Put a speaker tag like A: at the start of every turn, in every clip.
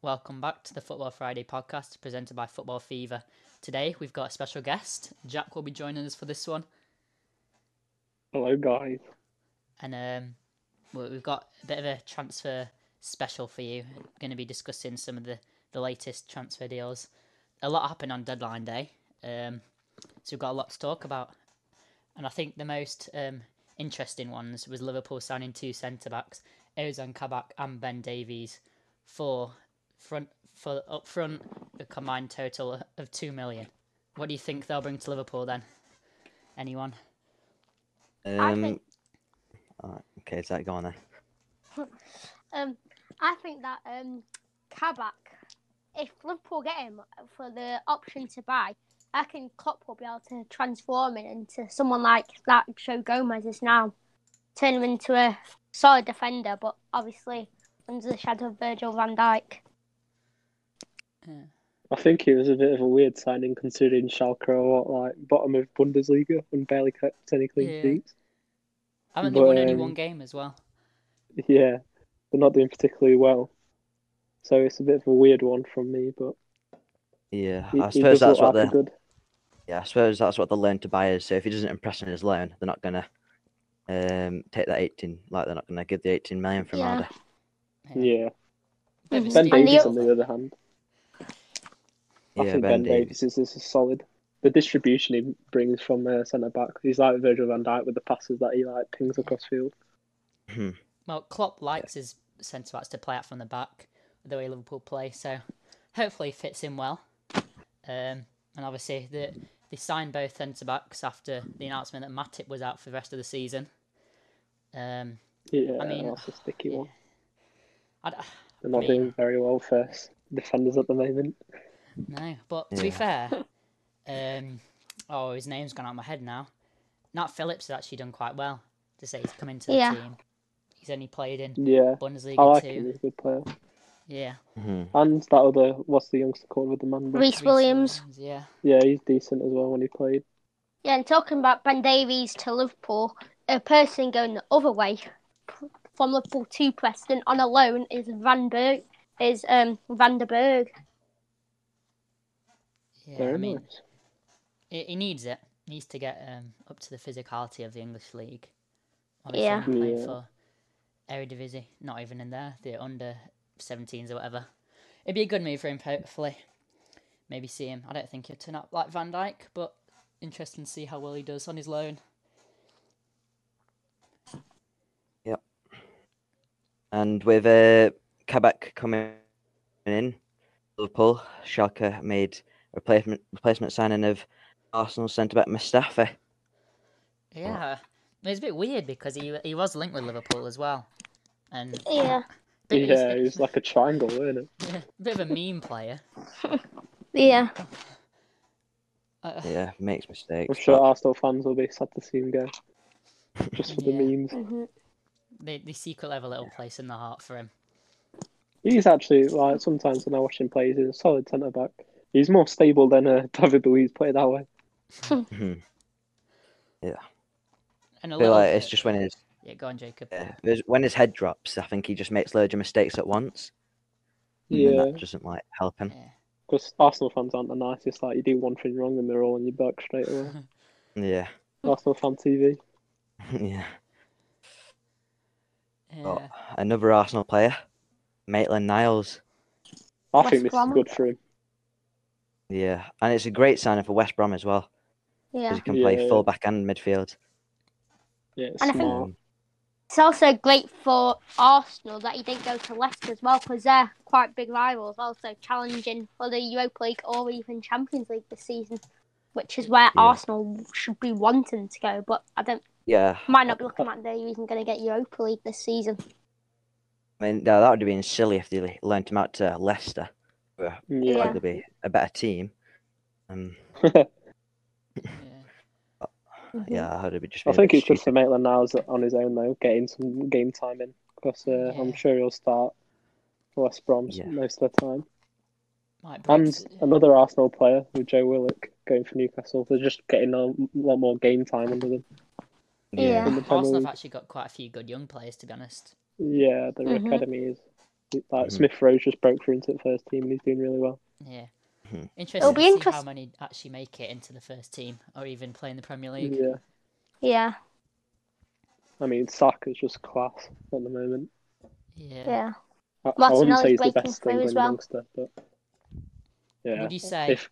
A: Welcome back to the Football Friday podcast presented by Football Fever. Today we've got a special guest. Jack will be joining us for this one.
B: Hello, guys.
A: And um, we- we've got a bit of a transfer special for you. We're going to be discussing some of the, the latest transfer deals. A lot happened on deadline day, um, so we've got a lot to talk about. And I think the most um, interesting ones was Liverpool signing two centre backs, Ozan Kabak and Ben Davies, for front for up front a combined total of two million. What do you think they'll bring to Liverpool then? Anyone?
C: Um,
D: I think-
C: alright, okay, is that gone there?
D: Um, I think that um, Kabak, if Liverpool get him for the option to buy, I think Klopp will be able to transform him into someone like that Joe Gomez is now, turn him into a solid defender, but obviously under the shadow of Virgil Van Dijk.
A: Uh,
B: I think it was a bit of a weird signing considering Schalke are what, like bottom of Bundesliga and barely kept any clean
A: Yeah.
B: sheets.
A: Haven't they won only
B: Well-
A: one game as well?
B: Yeah, they're not doing particularly well. So it's a bit of a weird one from me, but
C: Yeah,
B: he,
C: I
B: he does
C: suppose that's
B: look
C: what
B: like
C: the
B: a good.
C: yeah, I suppose that's what the loan to buy is. So if he doesn't impress on his loan, they're not gonna um take that eighteen. Like they're not gonna give the eighteen million from
D: Yeah.
C: Arda.
B: Yeah,
A: Bit of a
B: Ben
D: Mhm.
A: steal.
D: And the
B: Davies
D: o-
B: on the other hand, I
C: yeah,
B: think Ben, Davies is, is solid. The distribution he brings from uh, centre back, he's like Virgil Van Dijk with the passes that he like pings across field.
A: Well, Klopp likes his centre backs to play out from the back, the way Liverpool play. So hopefully it fits in well. Um, and obviously the, they signed both centre backs after the announcement that Matip was out for the rest of the season. Um,
B: Yeah,
A: I mean,
B: that's a sticky
A: yeah.
B: one.
A: I d-
B: They're not
A: I mean-
B: doing very well for s- defenders at the moment.
A: No, but to be
C: Yeah.
A: fair, um, oh, his name's gone out of my head now. Nat Phillips has actually done quite well to say he's come into the
D: Yeah.
A: team. He's only played in
B: Yeah,
A: Bundesliga
B: I like him.
A: too.
B: He's a good player.
A: Yeah,
C: Mhm.
B: And that other, what's the youngster called with the man? bun?
D: Reece Williams.
A: Yeah,
B: Yeah, he's decent as well when he played.
D: Yeah, and talking about Ben Davies to Liverpool, a person going the other way from Liverpool to Preston on a loan is Van Berg, is um Van der Berg.
A: yeah.
B: Very
A: I mean,
B: nice.
A: he, he needs it. He needs to get um, up to the physicality of the English league. Obviously,
D: Yeah.
A: when you play
B: Yeah.
A: for Eredivisie, not even in there. They're under 17s or whatever. It'd be a good move for him, hopefully. Maybe see him. I don't think he'll turn up like Van Dijk, but interesting to see how well he does on his loan.
C: And with uh, Kabak coming in, Liverpool, Schalke made replacement replacement signing of Arsenal centre back Mustafa.
A: Yeah, it's a bit weird because he he was linked with Liverpool as well, and
D: Yeah.
A: bit, he's
B: yeah, he's like a triangle, isn't it?
A: a bit of a mean player.
D: Yeah.
A: Uh,
C: Yeah, makes mistakes.
B: I'm sure
C: but-
B: Arsenal fans will be sad to see him go. Just for
A: Yeah.
B: the memes.
D: hmm
A: they they secretly have a little place in the heart for him.
B: He's actually, like, sometimes when I watch him play, he's a solid centre back. He's more stable than uh, David Luiz, put it that way.
C: mhm.
A: And a
C: I feel
A: little
C: like it's
A: bit-
C: just when his
A: yeah. Go on, Jacob.
C: yeah, it's- uh, when his head drops, I think he just makes loads of mistakes at once. and then
B: Yeah,
C: that doesn't like help him.
A: Yeah.
B: because Arsenal fans aren't the nicest. Like, you do one thing wrong and they're all on your back straight away.
C: Yeah,
B: Arsenal fan TV.
C: yeah. But
A: yeah.
C: another Arsenal player, Maitland Niles.
B: I
D: West
B: think this
D: Brom.
B: is good for him.
C: Yeah, and it's a great signing for West Brom as well
D: Yeah.
C: because he can play
B: Yeah.
C: full back and midfield.
B: Yeah, it's
D: And I think-
B: smart.
C: Um,
D: It's also great for Arsenal that he didn't go to Leicester as well because they're quite big rivals, also challenging for the Europa League or even Champions League this season, which is where Arsenal should be wanting to go. But I don't
C: yeah,
D: might not be looking like they're even going to get Europa League this season.
C: I mean no, that would have been silly if they lent him out to Leicester. who
B: Yeah.
C: Probably be a better team. Um,
A: yeah.
C: yeah, that would have been just.
B: I
C: been a
B: think
C: bit
B: it's good
C: stupid.
B: for Maitland Niles on his own though, getting some game time in because uh,
A: Yeah.
B: I'm sure he'll start for West Brom
C: Yeah.
B: most of the time.
A: Might break
B: And
A: s- uh,
B: another Arsenal player with Joe Willock going for Newcastle, they're just getting a lot more game time under them.
D: Yeah.
B: In the Premier
C: Ah,
A: Arsenal have
B: League.
A: actually got quite a few good young players, to be honest.
B: Yeah, their
D: Mhm.
B: academy is Like
C: Mhm.
B: Smith Rose just broke through into the first team and he's doing really well.
A: Yeah.
C: Mhm.
A: Interesting
D: It'll
A: to
D: be
A: see how
D: interest-
A: many actually make it into the first team or even play in the Premier League.
B: Yeah,
D: Yeah,
B: I mean Saka's just class at the moment.
A: Yeah.
D: yeah.
B: I, I wouldn't
D: Martinelli's
B: say he's the
D: breaking
B: best
D: through
B: thing
D: as well.
B: youngster, but yeah,
A: Would you say
B: if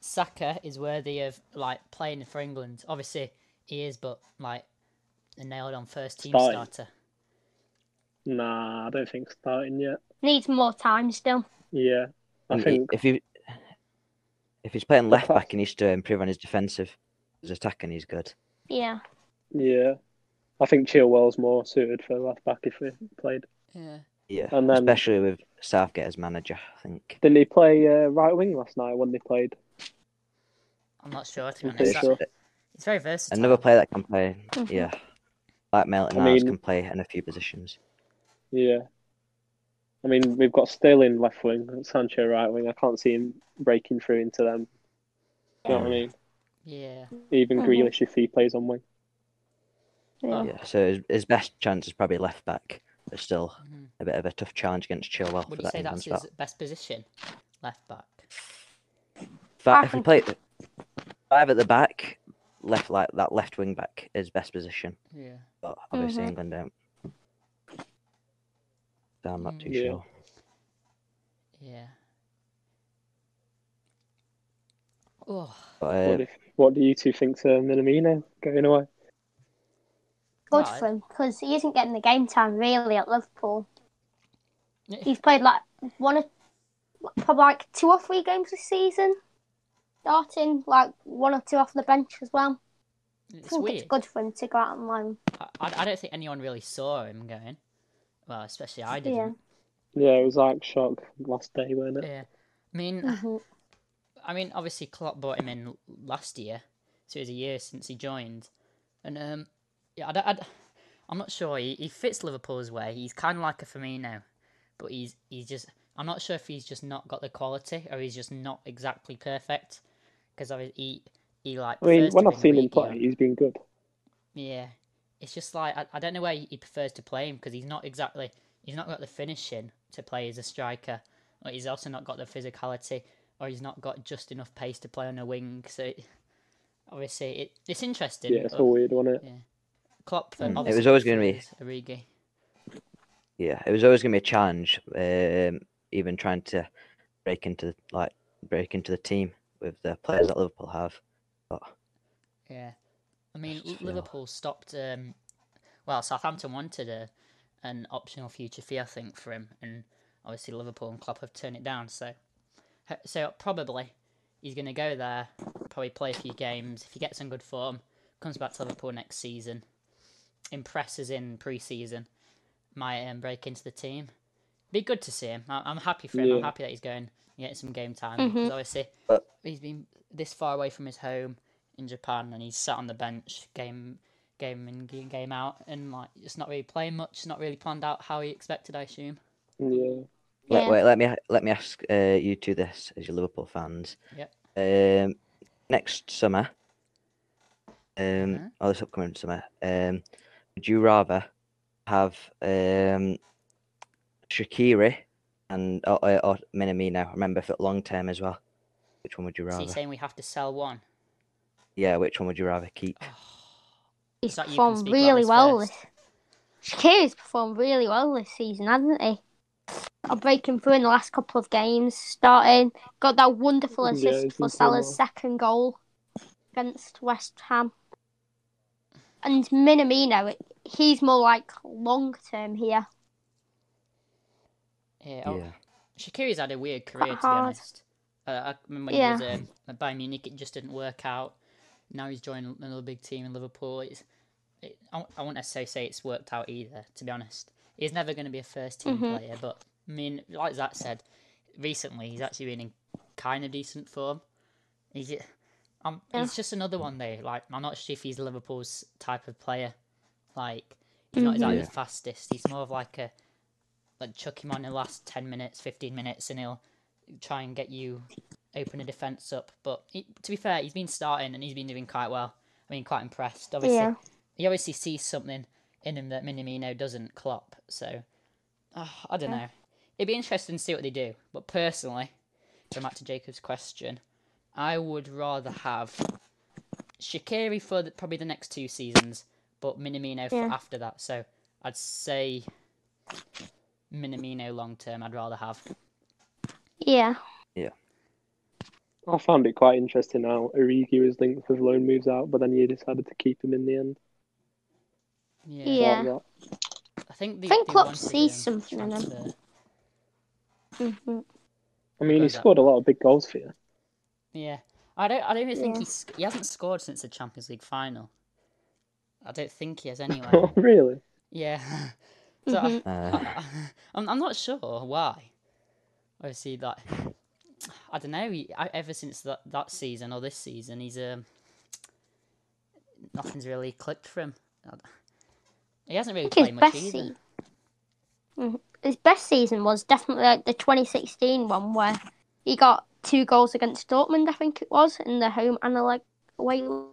A: Saka is worthy of like playing for England? Obviously he is, but like a nailed on first team
B: Starting.
A: starter.
B: nah, I don't think starting yet.
D: Needs more time still.
B: Yeah, I
C: And he-
B: think
C: if he if he's playing left
B: class-
C: back, he needs to improve on his defensive. His attacking, he's good.
D: Yeah.
B: yeah, I think Chilwell's more suited for left back if he played.
A: Yeah.
C: Yeah,
B: And then-
C: especially with Southgate as manager, I think.
B: Didn't he play uh, right wing last night when they played?
A: I'm not sure to be
B: I'm pretty
A: honest.
B: sure.
A: It's very versatile.
C: Another player that can play,
A: Mm-hmm.
C: yeah, like Melton
B: I
C: Niles
B: mean-
C: can play in a few positions.
B: Yeah. I mean, we've got Sterling left wing, Sancho right wing. I can't see him breaking through into them. You know what I mean?
A: Yeah.
B: Even
D: Mhm.
B: Grealish if he plays on wing.
A: Oh.
D: Yeah.
C: Yeah, so his, his best chance is probably left back, but still
A: Mhm.
C: a bit of a tough challenge against Chilwell
A: Would
C: for
A: you
C: that
A: say
C: England
A: that's
C: spot.
A: his best position? Left back.
C: Fi-
D: I
C: if we
D: think-
C: play five at the back, left like that left wing back is best position,
A: Yeah.
C: but obviously
D: Mhm.
A: Mm-hmm.
C: England don't. So I'm not too
B: Yeah.
C: sure.
A: Yeah. Oh,
C: But,
B: What,
C: uh,
B: if, what do you two think to Minamino going away?
D: Good
A: Right.
D: for him because he isn't getting the game time really at Liverpool.
A: Yeah.
D: He's played like one of probably like two or three games this season, starting like one or two off the bench as well. I
A: it's
D: think
A: weird.
D: it's good for him to go out on loan.
A: I, I I don't think anyone really saw him going. Well, especially I
D: Yeah.
A: didn't.
B: Yeah, it was like shock last day, wasn't
A: Yeah.
B: it?
A: I mean,
D: hmm
A: I mean, obviously Klopp brought him in l- last year, so it was a year since he joined, and um, yeah, I, don't- I, am not sure. He, he fits Liverpool's way. He's kind of like a Firmino, but he's he's just. I'm not sure if he's just not got the quality or he's just not exactly perfect, because he he like.
B: I mean,
A: prefers to
B: when I've
A: bring
B: seen him
A: Origi
B: play,
A: on.
B: he's been good.
A: Yeah, it's just like I, I don't know where he prefers to play him because he's not exactly he's not got the finishing to play as a striker, but he's also not got the physicality or he's not got just enough pace to play on a wing. So it, obviously it, it's interesting.
B: Yeah, it's
A: but
B: a weird, wasn't it?
A: Klopp
C: Mm, it
A: obviously
C: was always gonna be-
A: prefers Origi.
C: yeah, it was always going to be a challenge. Um, even trying to break into like break into the team with the players that Liverpool have. But
A: Yeah, I mean
C: just
A: L-
C: feel-
A: Liverpool stopped. Um, well, Southampton wanted a an optional future fee, I think, for him, and obviously Liverpool and Klopp have turned it down. So, h- so probably he's going to go there, probably play a few games. If he gets in good form, comes back to Liverpool next season, impresses in pre-season, might um, break into the team. Be good to see him. I- I'm happy for him. I'm
B: Yeah.
A: happy that he's going and getting some game time.
D: Mhm.
A: 'cause obviously,
C: But-
A: he's been this far away from his home in Japan, and he's sat on the bench game game in g- game out, and like just not really playing much. Not really planned out how he expected. I assume.
B: Yeah.
C: let,
D: Yeah.
C: wait, let me let me ask uh, you two this as your Liverpool fans.
A: Yep.
C: Um, next summer, um,
A: Uh-huh.
C: or this upcoming summer, um, would you rather have um, Shakiri and or, or, or Minamino? Remember for long term as well. Which one would you
A: So
C: rather?
A: you're saying we have to sell one?
C: Yeah, which one would you rather keep?
A: Oh,
D: He's
A: So you can
D: performed
A: speak about
D: really
A: this
D: well
A: first.
D: this. Shakiri's performed really well this season, hasn't he? Got a breaking through in the last couple of games, starting got that wonderful
B: Yeah,
D: assist
B: he's
D: for
B: been doing
D: Salah's
B: well.
D: second goal against West Ham. And Minamino, he's more like long term here.
A: Yeah.
C: Yeah.
A: oh, Shakiri's had a weird
D: Quite
A: career, to be
D: hard.
A: honest. Uh, I mean, when
D: Yeah.
A: he was um, at Bayern Munich, it just didn't work out. Now he's joined another big team in Liverpool. It's, it, I, won't- I won't necessarily say it's worked out either, to be honest. He's never going to be a first team
D: Mhm.
A: player, but I mean, like Zach said, recently he's actually been in kind of decent form. He's, um,
D: Yeah.
A: he's just another one, though. Like, I'm not sure if he's Liverpool's type of player. Like, he's not exactly
C: Yeah.
A: the fastest. He's more of like a like chuck him on in the last 10 minutes 15 minutes and he'll try and get you open a defense up but he, to be fair he's been starting and he's been doing quite well i mean quite impressed obviously
D: Yeah.
A: he obviously sees something in him that minamino doesn't Klopp. so ah, i don't know it'd be interesting to see what they do. But personally, going back to Jacob's question, I would rather have Shakiri for the, probably the next two seasons, but Minamino for
D: Yeah.
A: after that. So I'd say Minamino long term. I'd rather have.
D: Yeah.
B: I found it quite interesting how Origi was linked with loan moves out, but then you decided to keep him in the end.
A: Yeah,
D: Yeah.
B: Like that.
A: I think the,
D: I think
A: they
D: Klopp
A: wanted
D: sees
A: him
D: something in him.
A: um, transfer.
D: Mhm.
B: I mean, he
A: Like that.
B: scored a lot of big goals for you.
A: Yeah, I don't. I don't even think
D: Yeah.
A: he sc- he hasn't scored since the Champions League final. I don't think he has anyway.
B: Oh, really?
A: yeah. so
D: Mm-hmm.
A: I-
C: Uh,
B: Ah.
A: I, I'm, I'm not sure why. Obviously, like I don't know. He, I, ever since that, that season or this season, he's um nothing's really clicked for him. I- He hasn't really
D: Mm-hmm. I think
A: played much
D: his best
A: either.
D: season. Mm-hmm. His best season was definitely like the 2016 one where he got two goals against Dortmund, I think it was, in the home and the like away. leg.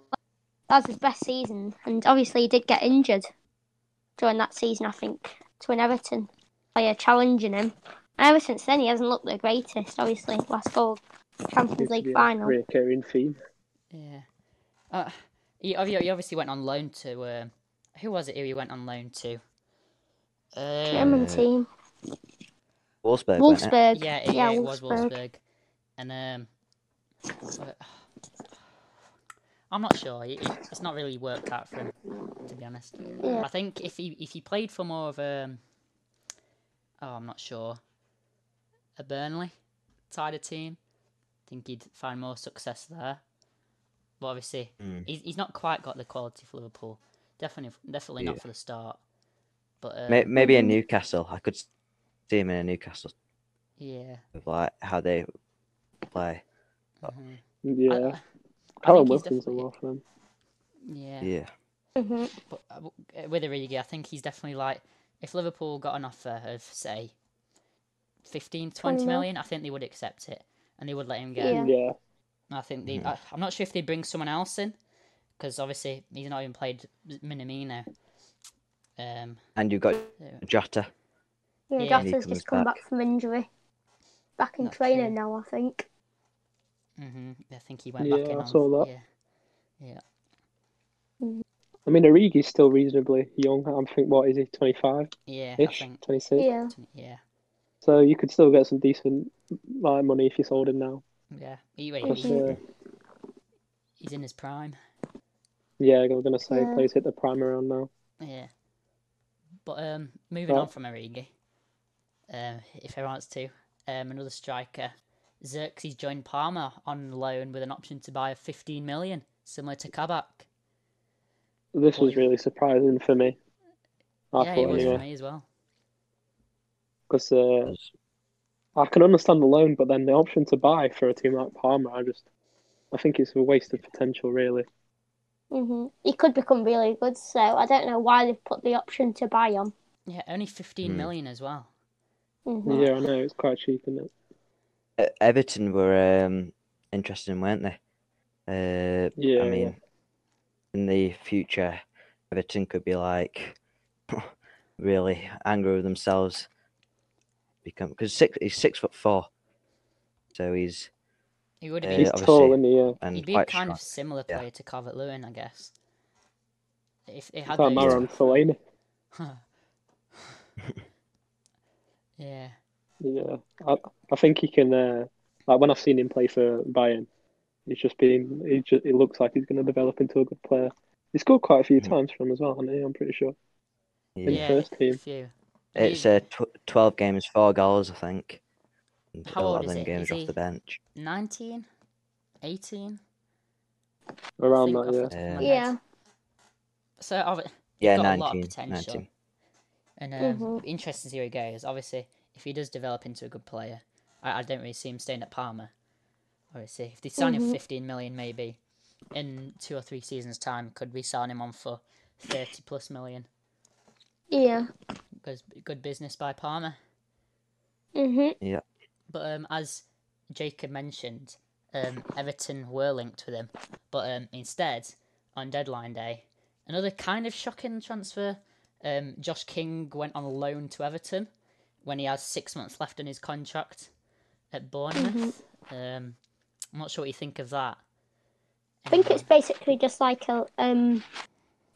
D: That was his best season, and obviously he did get injured during that season. I think to an Everton player challenging him, and ever since then he hasn't looked the greatest. Obviously, last goal
B: Used
D: Champions
B: to be
D: League
B: a
D: final.
B: Recurring theme.
A: Yeah. Uh, he, ob- he obviously went on loan to um, who was it? Who he went on loan to? Um,
D: German team,
C: Wolfsburg. weren't it?
D: Wolfsburg.
A: yeah, it, yeah, it was Wolfsburg, and um, I'm not sure. It, it- it's not really worked out for him, to be honest.
D: Yeah.
A: I think if he if he played for more of um, oh, I'm not sure, a Burnley side of team, I think he'd find more success there. But obviously,
C: Mm.
A: he's, he's not quite got the quality for Liverpool. Definitely, definitely not
C: Yeah.
A: for the start. But uh,
C: May- Maybe in Newcastle. I could see him in a Newcastle.
A: yeah,
C: with, Like how they play. Oh.
A: mhm. I-
B: Yeah.
A: I- I
B: Callum
A: think he's
B: Wilson's a
A: definitely-
B: lot for them.
A: yeah.
C: Yeah.
D: hmm
A: But uh, w- uh, with Origi, I think he's definitely like, if Liverpool got an offer of, say, 15, 20
D: 20 mil.
A: million, I think they would accept it and they would let him go.
D: Yeah.
B: Yeah.
A: I think they,
C: Mhm.
B: Mm-hmm.
A: I, I'm not sure if they bring someone else in because obviously he's not even played Minamino. Um,
C: And you've got
A: so-
C: Jota.
D: Yeah,
A: Yeah.
C: And he
D: Jota's
C: comes
D: just come
C: back.
D: back. from injury. Back in
A: That's true.
D: training now, I think.
A: mhm, I think he went back
B: Yeah,
A: in.
B: I
A: on,
B: saw that.
A: Yeah.
B: I mean, Origi's still reasonably young. I think, what is he, 25
A: Yeah, I
B: ish?
A: think.
B: 26?
D: Yeah.
A: Yeah.
B: So you could still get some decent like, money if you sold him now.
A: Yeah. He, wait,
B: 'Cause,
A: he-
B: uh,
A: he's in his prime.
B: yeah, I was going to say,
D: Yeah.
B: players hit the prime around now.
A: Yeah. But um, moving
B: Right.
A: on from Origi, um, if he wants to, um, another striker, Xerxes joined Parma on loan with an option to buy of 15 million, similar to Kabak.
B: This was
A: Boy.
B: really surprising for me. I
A: yeah, it
B: thought,
A: was
B: anyway.
A: for me as well.
B: Because uh,
C: 'cause-
B: I can understand the loan, but then the option to buy for a team like Parma, I just I think it's a waste of potential, really.
D: hmm He could become really good, so I don't know why they've put the option to buy on.
A: Yeah, only 15
C: Hmm.
A: million as well.
D: hmm
B: Yeah, I know it's quite cheap, isn't it?
C: E- Everton were um, interesting, weren't they? Uh,
B: Yeah,
C: I
B: yeah.
C: mean, in the future, Everton could be like really angry with themselves. Become because six, he's six foot four, so he's
A: He would have
C: Yeah,
A: been,
B: He's tall,
C: obviously.
B: isn't he? Yeah.
C: and
A: he'd be a
C: quite
A: kind
C: strong.
A: of similar
C: yeah.
A: player to Calvert Lewin, I guess. If they
B: It's
A: had
B: like
A: those-
B: Marouane Fellaini.
A: yeah,
B: Yeah, I, I think he can. Uh, like when I've seen him play for Bayern, he's just been. He just. It looks like he's going to develop into a good player. He scored quite a few
C: Mhm.
B: times for him as well, hasn't he? I'm pretty sure.
C: Yeah.
B: In the first
A: a
B: team,
A: few.
C: It's
A: He-
C: uh, tw- twelve games, four goals, I think. And
A: How
C: a lot
A: old
C: of
A: is
C: them
A: he?
C: games
A: Is
C: are off
A: he-
C: the bench.
A: 19, 18. I
B: around
A: think
B: that.
A: off the
B: Yeah.
A: top of my
C: Yeah.
A: head.
D: Yeah.
A: So I've-
C: Yeah,
A: got a lot of
C: 19,
A: potential.
C: 19.
A: And um,
D: Mhm.
A: it'd be interesting to see where he goes. Obviously, if he does develop into a good player, I, I don't really see him staying at Parma. Obviously, if they sign him
D: Mhm.
A: for 15 million, maybe in two or three seasons' time, could we sign him on for 30 plus million?
D: Yeah.
A: Good, good business by Parma.
D: hmm
A: But um, as Jacob mentioned, um, Everton were linked with him. But um, instead, on deadline day, another kind of shocking transfer. Um, Josh King went on loan to Everton when he has six months left on his contract at Bournemouth.
D: Mm-hmm.
A: Um, I'm not sure what you think of that.
D: I think it's basically just like a um,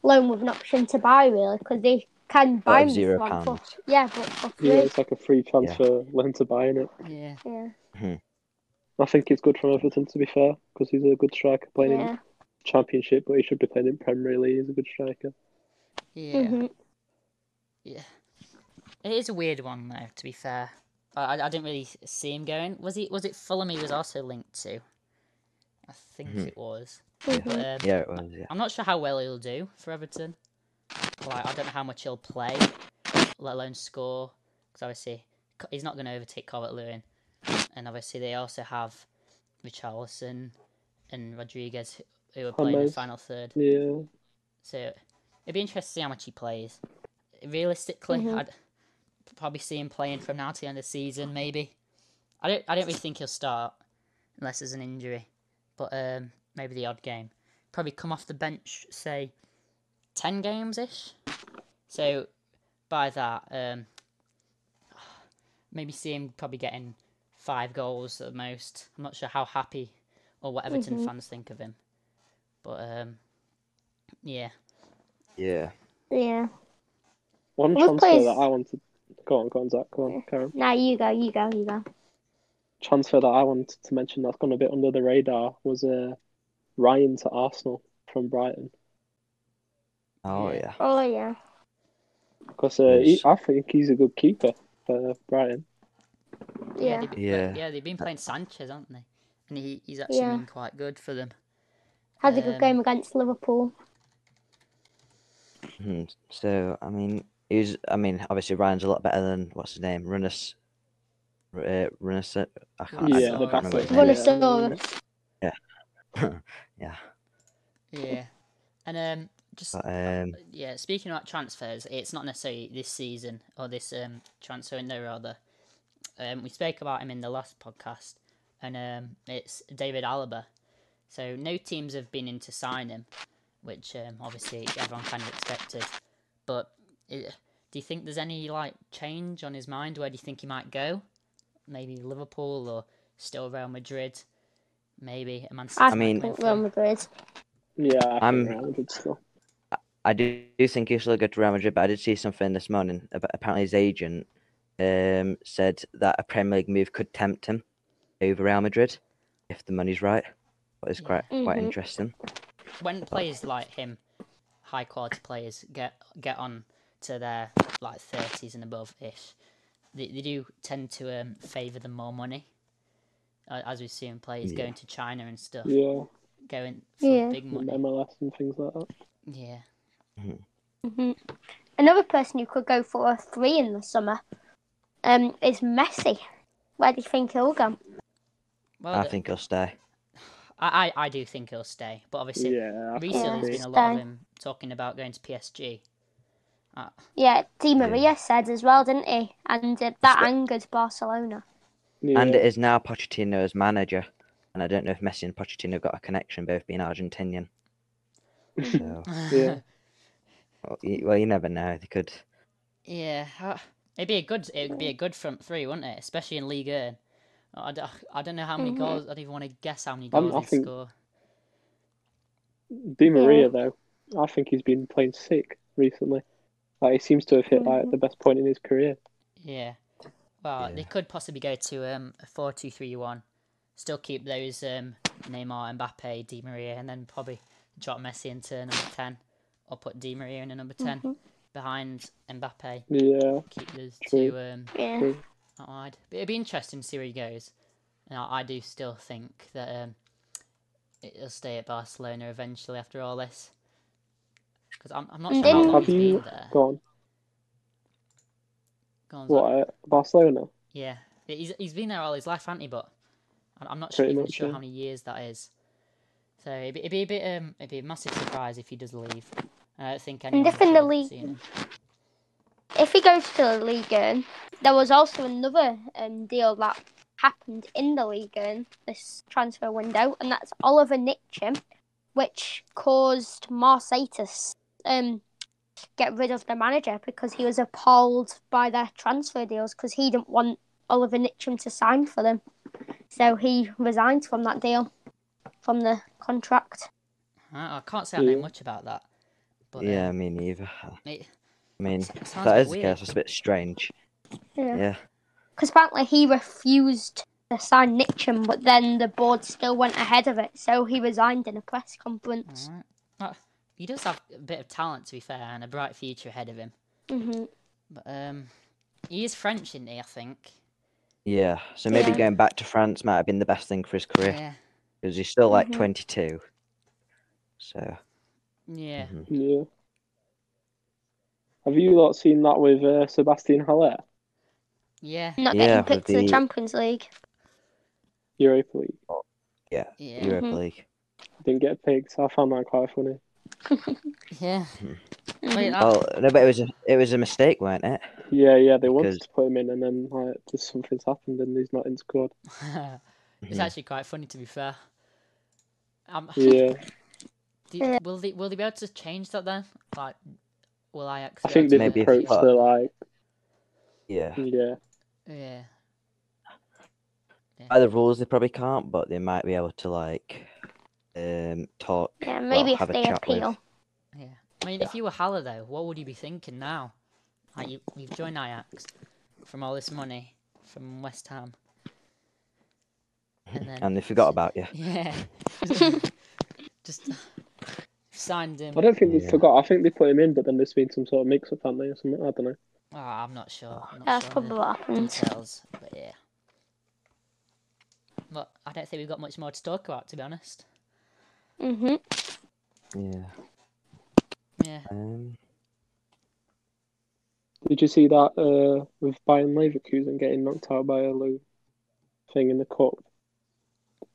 D: loan with an option to buy, really, because they can buy
C: of
D: me
C: zero
D: for one for-
C: pounds.
D: yeah, but for
B: Yeah,
D: free.
B: it's like a free transfer loan to buy in it.
A: Um, Yeah.
D: Yeah,
B: I think it's good for Everton to be fair because he's a good striker playing
D: yeah.
B: in Championship, but he should be playing in Premier League. He's a good striker.
A: Yeah.
D: hmm
A: Yeah. It is a weird one though, to be fair. I, I I didn't really see him going. Was he was it Fulham he was also linked to? I think
C: Mhm.
A: it was. But,
D: hmm
A: um,
C: Yeah, it was. Yeah.
A: I'm not sure how well he'll do for Everton. Like, I don't know how much he'll play, let alone score. Because obviously, Co- he's not going to overtake Calvert Lewin. And obviously, they also have Richarlison and Rodriguez, who- who are playing the
B: James.
A: final third.
B: Yeah,
A: So it'd be interesting to see how much he plays. Realistically,
D: Mhm.
A: I'd probably see him playing from now to the end of the season, maybe. I don't, I don't really think he'll start unless there's an injury, but um, maybe the odd game. Probably come off the bench, say, 10 games ish. So by that, um, maybe see him probably getting five goals at the most. I'm not sure how happy or what Everton
D: Mhm.
A: fans think of him, but um, yeah.
C: Yeah.
D: Yeah.
B: one
D: Well,
B: transfer
D: please.
B: that I wanted. Go on, go on, Zach. Go on, Karen.
D: Now you go, you go, you go.
B: Transfer that I wanted to mention that's gone a bit under the radar was uh, Ryan to Arsenal from Brighton.
C: Oh
A: Yeah.
C: yeah.
D: Oh yeah.
B: Because uh, he-
C: Yes.
B: I think he's a good keeper for Brighton.
D: Yeah.
A: they've been-
C: Yeah.
A: yeah, they've been playing Sanchez, haven't they? And he, he's actually
D: Yeah.
A: been quite good for them.
D: Had a good
A: Um,
D: game against Liverpool.
C: Mhm. So I mean, he's. I mean, obviously Ryan's a lot better than what's his name, Runners. Uh, Runners. I can't. I
B: Yeah,
A: saw
B: the
A: it.
C: can't
B: back
C: remember his
B: leg.
C: name.
D: Runner
B: Yeah.
D: Soros.
C: Yeah.
A: Yeah, and um, just
C: But um,
A: yeah, speaking about transfers, it's not necessarily this season or this um transfer window rather. Um, we spoke about him in the last podcast, and um, it's David Alaba. So no teams have been in to sign him, which um, obviously everyone kind of expected. But i do you think there's any like change on his mind? Where do you think he might go? Maybe Liverpool or still Real Madrid? Maybe a Man City.
D: I
A: might
C: mean-
A: play
D: think
A: for
D: Real
A: him.
D: Madrid.
B: Yeah, I think
C: I'm-
B: Real Madrid still.
C: I do, do think he'll still go to Real Madrid. But I did see something this morning. About, apparently, his agent um said that a Premier League move could tempt him over Real Madrid if the money's right. But it's
A: Yeah.
C: quite quite
D: Mhm.
C: interesting.
A: when players like him, high quality players get get on to their like thirties and above ish, they, they do tend to um, favour them more money, uh, as we've seen players
C: Yeah.
A: going to China and stuff,
B: Yeah,
A: going for
D: Yeah.
A: big
B: and
A: money.
B: MLS and things like that.
A: Yeah,
D: hmm Another person who could go for a three in the summer um, is Messi. Where do you think he'll go?
A: well,
C: I
A: the-
C: think he'll stay.
A: I, I I do think he'll stay, but obviously
B: Yeah, I
A: recently
B: think so.
A: there's been a lot of
D: Stay.
A: him talking about going to PSG.
D: Yeah, Di Maria said as well, didn't he? And uh, that angered Barcelona.
B: Yeah.
C: And it is now Pochettino's manager. And I don't know if Messi and Pochettino have got a connection, both being Argentinian. So,
B: Yeah.
C: well, you, well, you never know. They could.
A: Yeah, uh, it'd be a good it'd be a good front three, wouldn't it? Especially in Ligue 1. I don't, I don't know how many
D: Mhm.
A: goals. I don't even want to guess how many
B: Um,
A: goals
B: I
A: he'd
B: think-
A: score.
B: Di Maria, though, I think he's been playing sick recently. Like he seems to have hit like the best point in his career.
A: Yeah. Well, they
C: Yeah.
A: could possibly go to um a four two three one, still keep those um Neymar, Mbappe, Di Maria, and then probably drop Messi into number ten, or put Di Maria in a number 10
D: Mm-hmm.
A: behind Mbappe.
B: Yeah,
A: Keep those
B: True.
A: two um
D: Yeah.
B: true.
A: out wide. But it'd be interesting to see where he goes. And I, I do still think that um, he'll stay at Barcelona eventually after all this. Because I'm, I'm not
D: And
A: sure how
D: then-
A: long
B: Have
A: he's been
B: you
A: there.
B: gone?
A: Go on, Zach.
B: What uh, Barcelona?
A: Yeah, he's he's been there all his life, hasn't he? But I- I'm not sure,
B: Pretty
A: even
B: much,
A: sure
B: yeah.
A: how many years that is. So it'd be, it'd be a bit um, it'd be a massive surprise if he does leave. I don't think anyone.
D: if in
A: should
D: the
A: have
D: league-
A: seen it.
D: If he goes to the League One, there was also another um, deal that happened in the League One this transfer window, and that's Oliver Nitchin, which caused Marseille to s- um, get rid of the manager because he was appalled by their transfer deals because he didn't want Oliver Nitcham to sign for them. So he resigned from that deal, from the contract.
A: I, I can't say I know
B: Yeah.
A: much about that. But
C: yeah,
A: um,
C: me neither.
A: it
C: I mean,
A: s- sounds
C: that
A: a
C: is
A: bit
C: the
A: weird.
C: case. That's a bit strange.
D: Yeah.
C: Yeah.
D: because apparently he refused to sign Nitcham, but then the board still went ahead of it, so he resigned in a press conference.
A: Alright. uh, Well, he does have a bit of talent, to be fair, and a bright future ahead of him.
D: hmm
A: But um, he is French, isn't he? I think.
C: Yeah. So maybe
D: Yeah.
C: going back to France might have been the best thing for his career
A: Yeah.
C: because he's still like
D: Mhm.
C: 22. So
A: Yeah.
C: mhm.
B: Yeah. Have you lot seen that with uh, Sebastian Haller,
A: Yeah.
D: Not
C: Yeah,
D: getting
C: with
D: picked for the
C: the-
D: Champions League.
B: Europa League?
C: yeah,
A: Yeah.
C: Europa
D: Mhm.
C: League.
B: Didn't get picked. So I found that quite funny.
A: Yeah.
D: Mhm.
A: Wait, that-
C: Well, Oh, no, but it was a, it was a mistake, weren't it?
B: Yeah, yeah, they wanted
C: Because-
B: to put him in, and then like just something's happened, and he's not in squad.
A: it's
C: Mhm.
A: actually quite funny, to be fair. Um,
B: Yeah,
A: do you- will they will they be able to change that then? Like, will I?
B: I think they've
C: Maybe if
B: approached
C: you-
B: the like,
C: Yeah.
A: Mm.
B: yeah,
A: Yeah.
C: By the rules, they probably can't, but they might be able to like um talk.
D: Yeah, maybe
C: have
D: if
C: a
D: they
C: chat with-
D: appeal.
A: Yeah. I mean, if you were Haller though, what would you be thinking now? Like you, you've joined Ajax from all this money from West Ham, and then
C: And they forgot about you.
A: yeah, just signed him.
B: I don't think they
C: Yeah.
B: forgot. I think they put him in, but then there's been some sort of mix-up, haven't they, or something? I don't know.
A: Oh, I'm not sure. I'm not
D: That's
A: sure on
D: probably
A: the
D: what happened.
A: details, but yeah. But I don't think we've got much more to talk about, to be honest.
D: hmm
C: Yeah.
A: Yeah.
C: Um,
B: Did you see that uh, with Bayern Leverkusen getting knocked out by a Lou thing in the cup?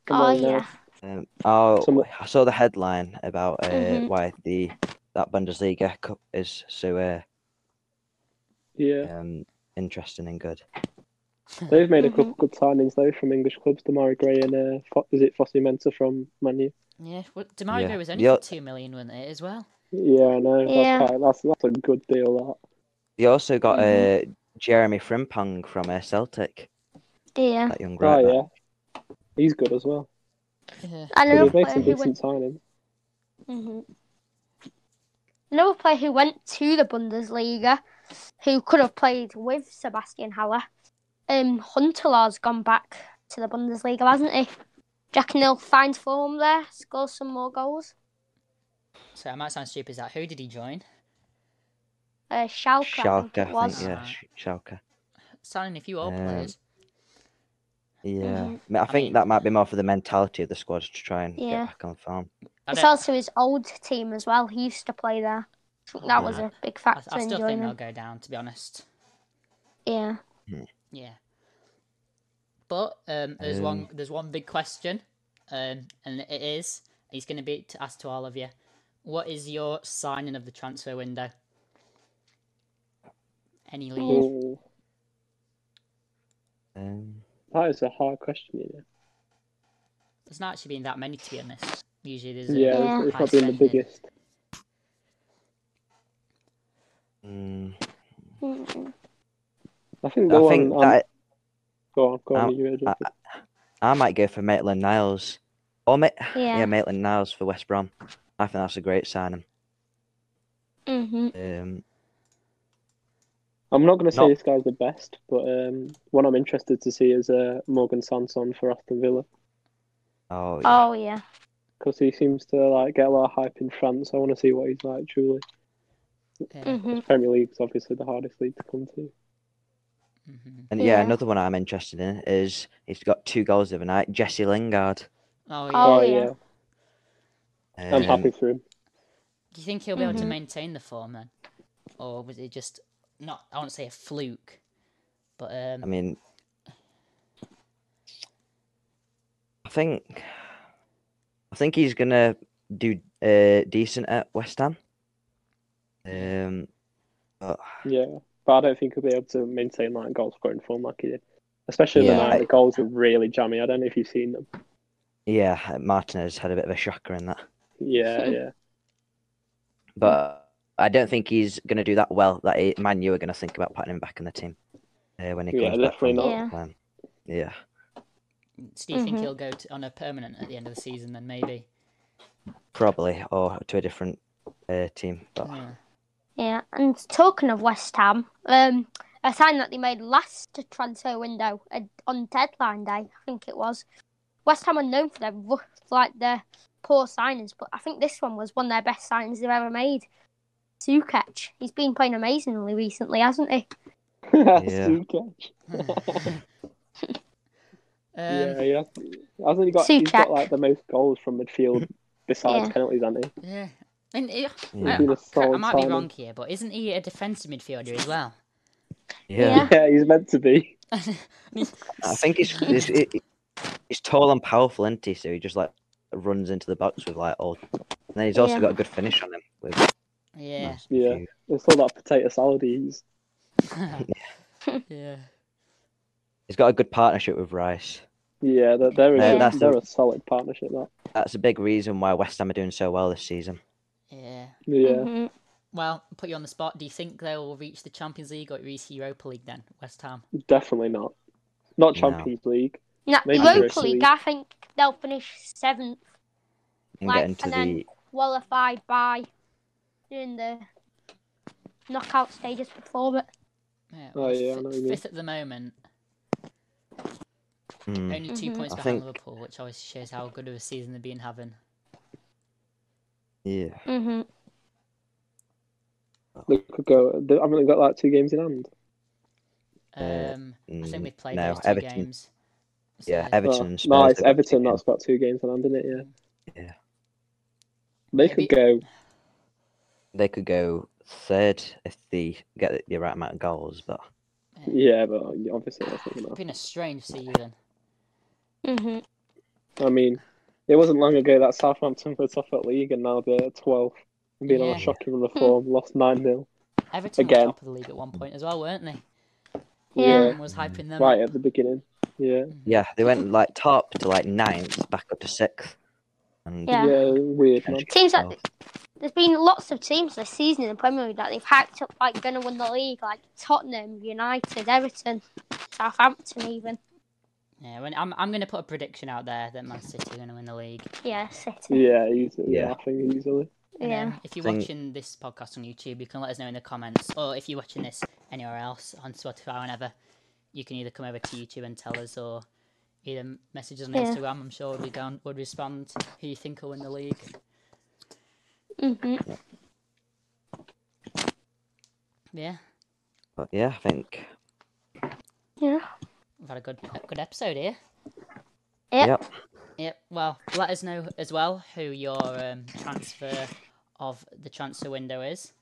B: And
D: Oh,
B: then, uh,
D: yeah.
C: um, oh,
B: Some-
C: I saw the headline about uh,
D: Mhm.
C: why the that Bundesliga cup is so uh,
B: yeah,
C: um interesting and good.
B: they've made a couple
D: Mm-hmm.
B: good signings though from English clubs. Damari Gray and uh, Fo- is it Fossey Menta from Manu?
A: Yeah. Well, Demario
C: Yeah.
A: was only
C: Yeah.
A: for two million, wasn't it, as well?
B: Yeah, I know.
D: Yeah.
B: That's, quite, that's that's a good deal.
C: They also got
D: Mhm.
C: uh, Jeremy Frimpong from uh, Celtic,
D: Yeah.
C: that young
B: That. Right,
C: right back.
B: Oh, yeah. He's good as well.
A: Yeah.
D: And
B: They've
D: another
B: made
D: player
B: some
D: who went.
B: decent signings.
D: hmm Another player who went to the Bundesliga, who could have played with Sebastian Haller. Um, Huntelaar's gone back to the Bundesliga, hasn't he? Jack Nil finds form there, scores some more goals.
A: So I might sound stupid. Is that who did he join?
D: Uh, Schalke, I think
C: Schalke, I
D: it
C: think,
D: was.
C: yeah,
A: Alright.
C: Sch- Schalke.
A: Sounding a few old
C: Um,
A: players.
C: Yeah,
D: Mhm.
C: I, mean, I
A: I
C: think
A: mean-
C: that might be more for the mentality of the squad to try and
D: Yeah.
C: get back on form.
A: I,
D: It's
A: don't-
D: also his old team as well. He used to play there. I think that was
A: Yeah.
D: a big
A: I,
D: factor
A: I
D: in
A: still think
D: joining.
A: they'll go down, to be honest.
D: Yeah.
A: Yeah. But um, there's one
C: Um,
A: there's one big question, um, and it is it's going to be to asked to all of you. What is your signing of the transfer window? Any lead?
B: Oh,
C: Um,
B: that is a hard question, you know.
A: There's not actually been that many, to be honest. Usually there's a
B: Yeah,
D: Yeah.
B: it's, it's
A: high
B: probably the
A: spending.
B: biggest.
C: mm,
D: Mm.
B: I think the
C: I
B: one.
C: think
B: um,
C: that
B: Go on, go on,
C: um,
B: you Adrian.
C: I,
B: um,
C: I might go for Maitland Niles. Or Ma- yeah.
D: Yeah.
C: Maitland Niles for West Brom. I think that's a great signing.
D: hmm
C: Um,
B: I'm not going to say
C: Not-
B: this guy's the best, but um, one I'm interested to see is uh, Morgan Sanson for Aston Villa
C: oh, yeah.
D: Oh, yeah.
B: because he seems to like get a lot of hype in France. I want to see what he's like truly.
A: Yeah.
D: hmm
B: Premier League's obviously the hardest league to come to.
A: hmm
C: and yeah,
D: yeah.
C: another one I'm interested in is he's got two goals the other night. Jesse Lingard.
A: Oh yeah.
D: Oh. yeah.
B: I'm
C: Um,
B: happy for him.
A: Do you think he'll be able to
D: Mhm.
A: maintain the form then, or was it just not? I won't say a fluke, but um,
C: I mean, I think, I think he's gonna do uh, decent at West Ham. Um, but
B: Yeah, but I don't think he'll be able to maintain that goal scoring form like he did. Especially the
C: Yeah,
B: night
C: I-
B: the goals were really jammy. I don't know if you've seen them.
C: yeah, Martinez had a bit of a shocker in that.
B: Yeah, yeah.
C: But I don't think he's going to do that well. That he, man, you are going to think about putting him back in the team uh, when he
B: Yeah,
C: comes back
B: definitely
C: from
B: not.
D: Yeah.
C: plan. Yeah,
A: So do you think
D: Mhm.
A: he'll go to, on a permanent at the end of the season? Then maybe.
C: probably or to a different uh, team. But
A: Yeah.
D: Yeah, and talking of West Ham, um, a sign that they made last transfer window uh, on deadline day, I think it was. West Ham are known for their rough, like their poor signings, but I think this one was one of their best signings they've ever made. Sukic, he's been playing amazingly recently, hasn't he?
C: Yeah.
B: Sue catch.
A: um,
B: yeah,
A: yeah.
B: yeah. Hasn't he got?
D: Sue
B: He's got
D: catch.
B: like the most goals from midfield besides
D: Yeah.
B: penalties, hasn't he?
A: And uh, I,
C: yeah,
B: He's been a
A: I- correct- I
B: solid
A: might be
B: signing.
A: wrong here, but isn't he a defensive midfielder as well?
C: yeah.
D: Yeah.
B: Yeah, he's meant to be.
C: I think he's he's, he- he's tall and powerful, isn't he? So he just like runs into the box with like all. And then he's also
D: Yeah.
C: got a good finish on him. With
A: Yeah.
C: nice
B: Yeah.
C: few-
B: It's all that potato salad he's.
A: yeah.
C: He's got a good partnership with Rice.
B: Yeah, they're, they're, a,
D: Yeah,
C: that's the-
B: they're a solid partnership. That.
C: That's a big reason why West Ham are doing so well this season.
A: Yeah.
B: Yeah.
D: Mhm.
A: Well, put you on the spot. Do you think they'll reach the Champions League or reach Europa League then? West Ham.
B: Definitely not. Not
C: No.
B: Champions League.
D: No,
B: Maybe
D: Europa
B: Europa
D: League,
B: League.
D: I think they'll finish seventh,
C: And
D: Like,
C: get into
D: and then-
C: the
D: qualified by doing the knockout stages before it.
A: Yeah,
B: Oh,
A: we're
B: yeah, I
A: fi-
B: know what you mean.
A: fifth at the moment.
C: Mm.
A: Only 2
D: Mhm.
A: points
C: I
A: behind
C: think-
A: Liverpool, which always shows how good of a season they've been having.
C: yeah.
D: hmm
B: They could go. They haven't they got like two games in hand.
C: Uh,
A: Um, I think
C: Mm,
A: we played
C: no,
A: those two
C: Everton.
A: games. So-
C: Yeah, Everton
B: Oh,
C: and Spurs.
B: no, it's
C: they've got
B: Everton
C: two
B: that's got two games in hand, isn't it? Yeah.
C: games. Yeah.
B: They
A: Maybe.
B: could go.
C: They could go third if they get the, the right amount of goals, but
B: Yeah, but obviously that's not gonna.
A: It's
B: happen.
A: been a strange season.
D: hmm
B: I mean, it wasn't long ago that Southampton were top of the league and now they're 12th and being on
A: Yeah.
B: a shocking run of form, lost 9 0.
A: Everton
B: Again.
A: were top of the league at one point as well, weren't they?
D: Yeah.
A: Everyone was hyping them.
B: Right at the beginning. Yeah.
C: yeah, they went like top to like ninth, back up to sixth, and
D: Yeah.
B: Yeah, weird, man.
D: Teams that
C: Oh.
D: there's been lots of teams this season in the Premier League that they've hacked up, like going to win the league, like Tottenham, United, Everton, Southampton, even.
A: Yeah, when, I'm I'm going to put a prediction out there that Man City are going to win the league.
D: Yeah, City.
B: Yeah, easily. Yeah,
C: Yeah.
B: I think easily.
D: Yeah.
A: And then if you're
C: Think-
A: watching this podcast on YouTube, you can let us know in the comments, or if you're watching this anywhere else on Spotify, whenever, you can either come over to YouTube and tell us, or either message us on
D: Yeah.
A: Instagram. I'm sure we down would respond. Who you think will win the league?
D: hmm
A: Yeah,
C: but yeah, I think
D: Yeah.
A: we've had a good a good episode here.
D: Yep.
C: yep.
A: Yep. Well, let us know as well who your um, transfer of the transfer window is.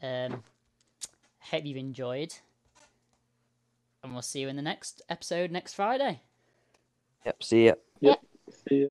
A: Um, hope you've enjoyed, and we'll see you in the next episode next Friday.
C: Yep. See ya.
B: See ya.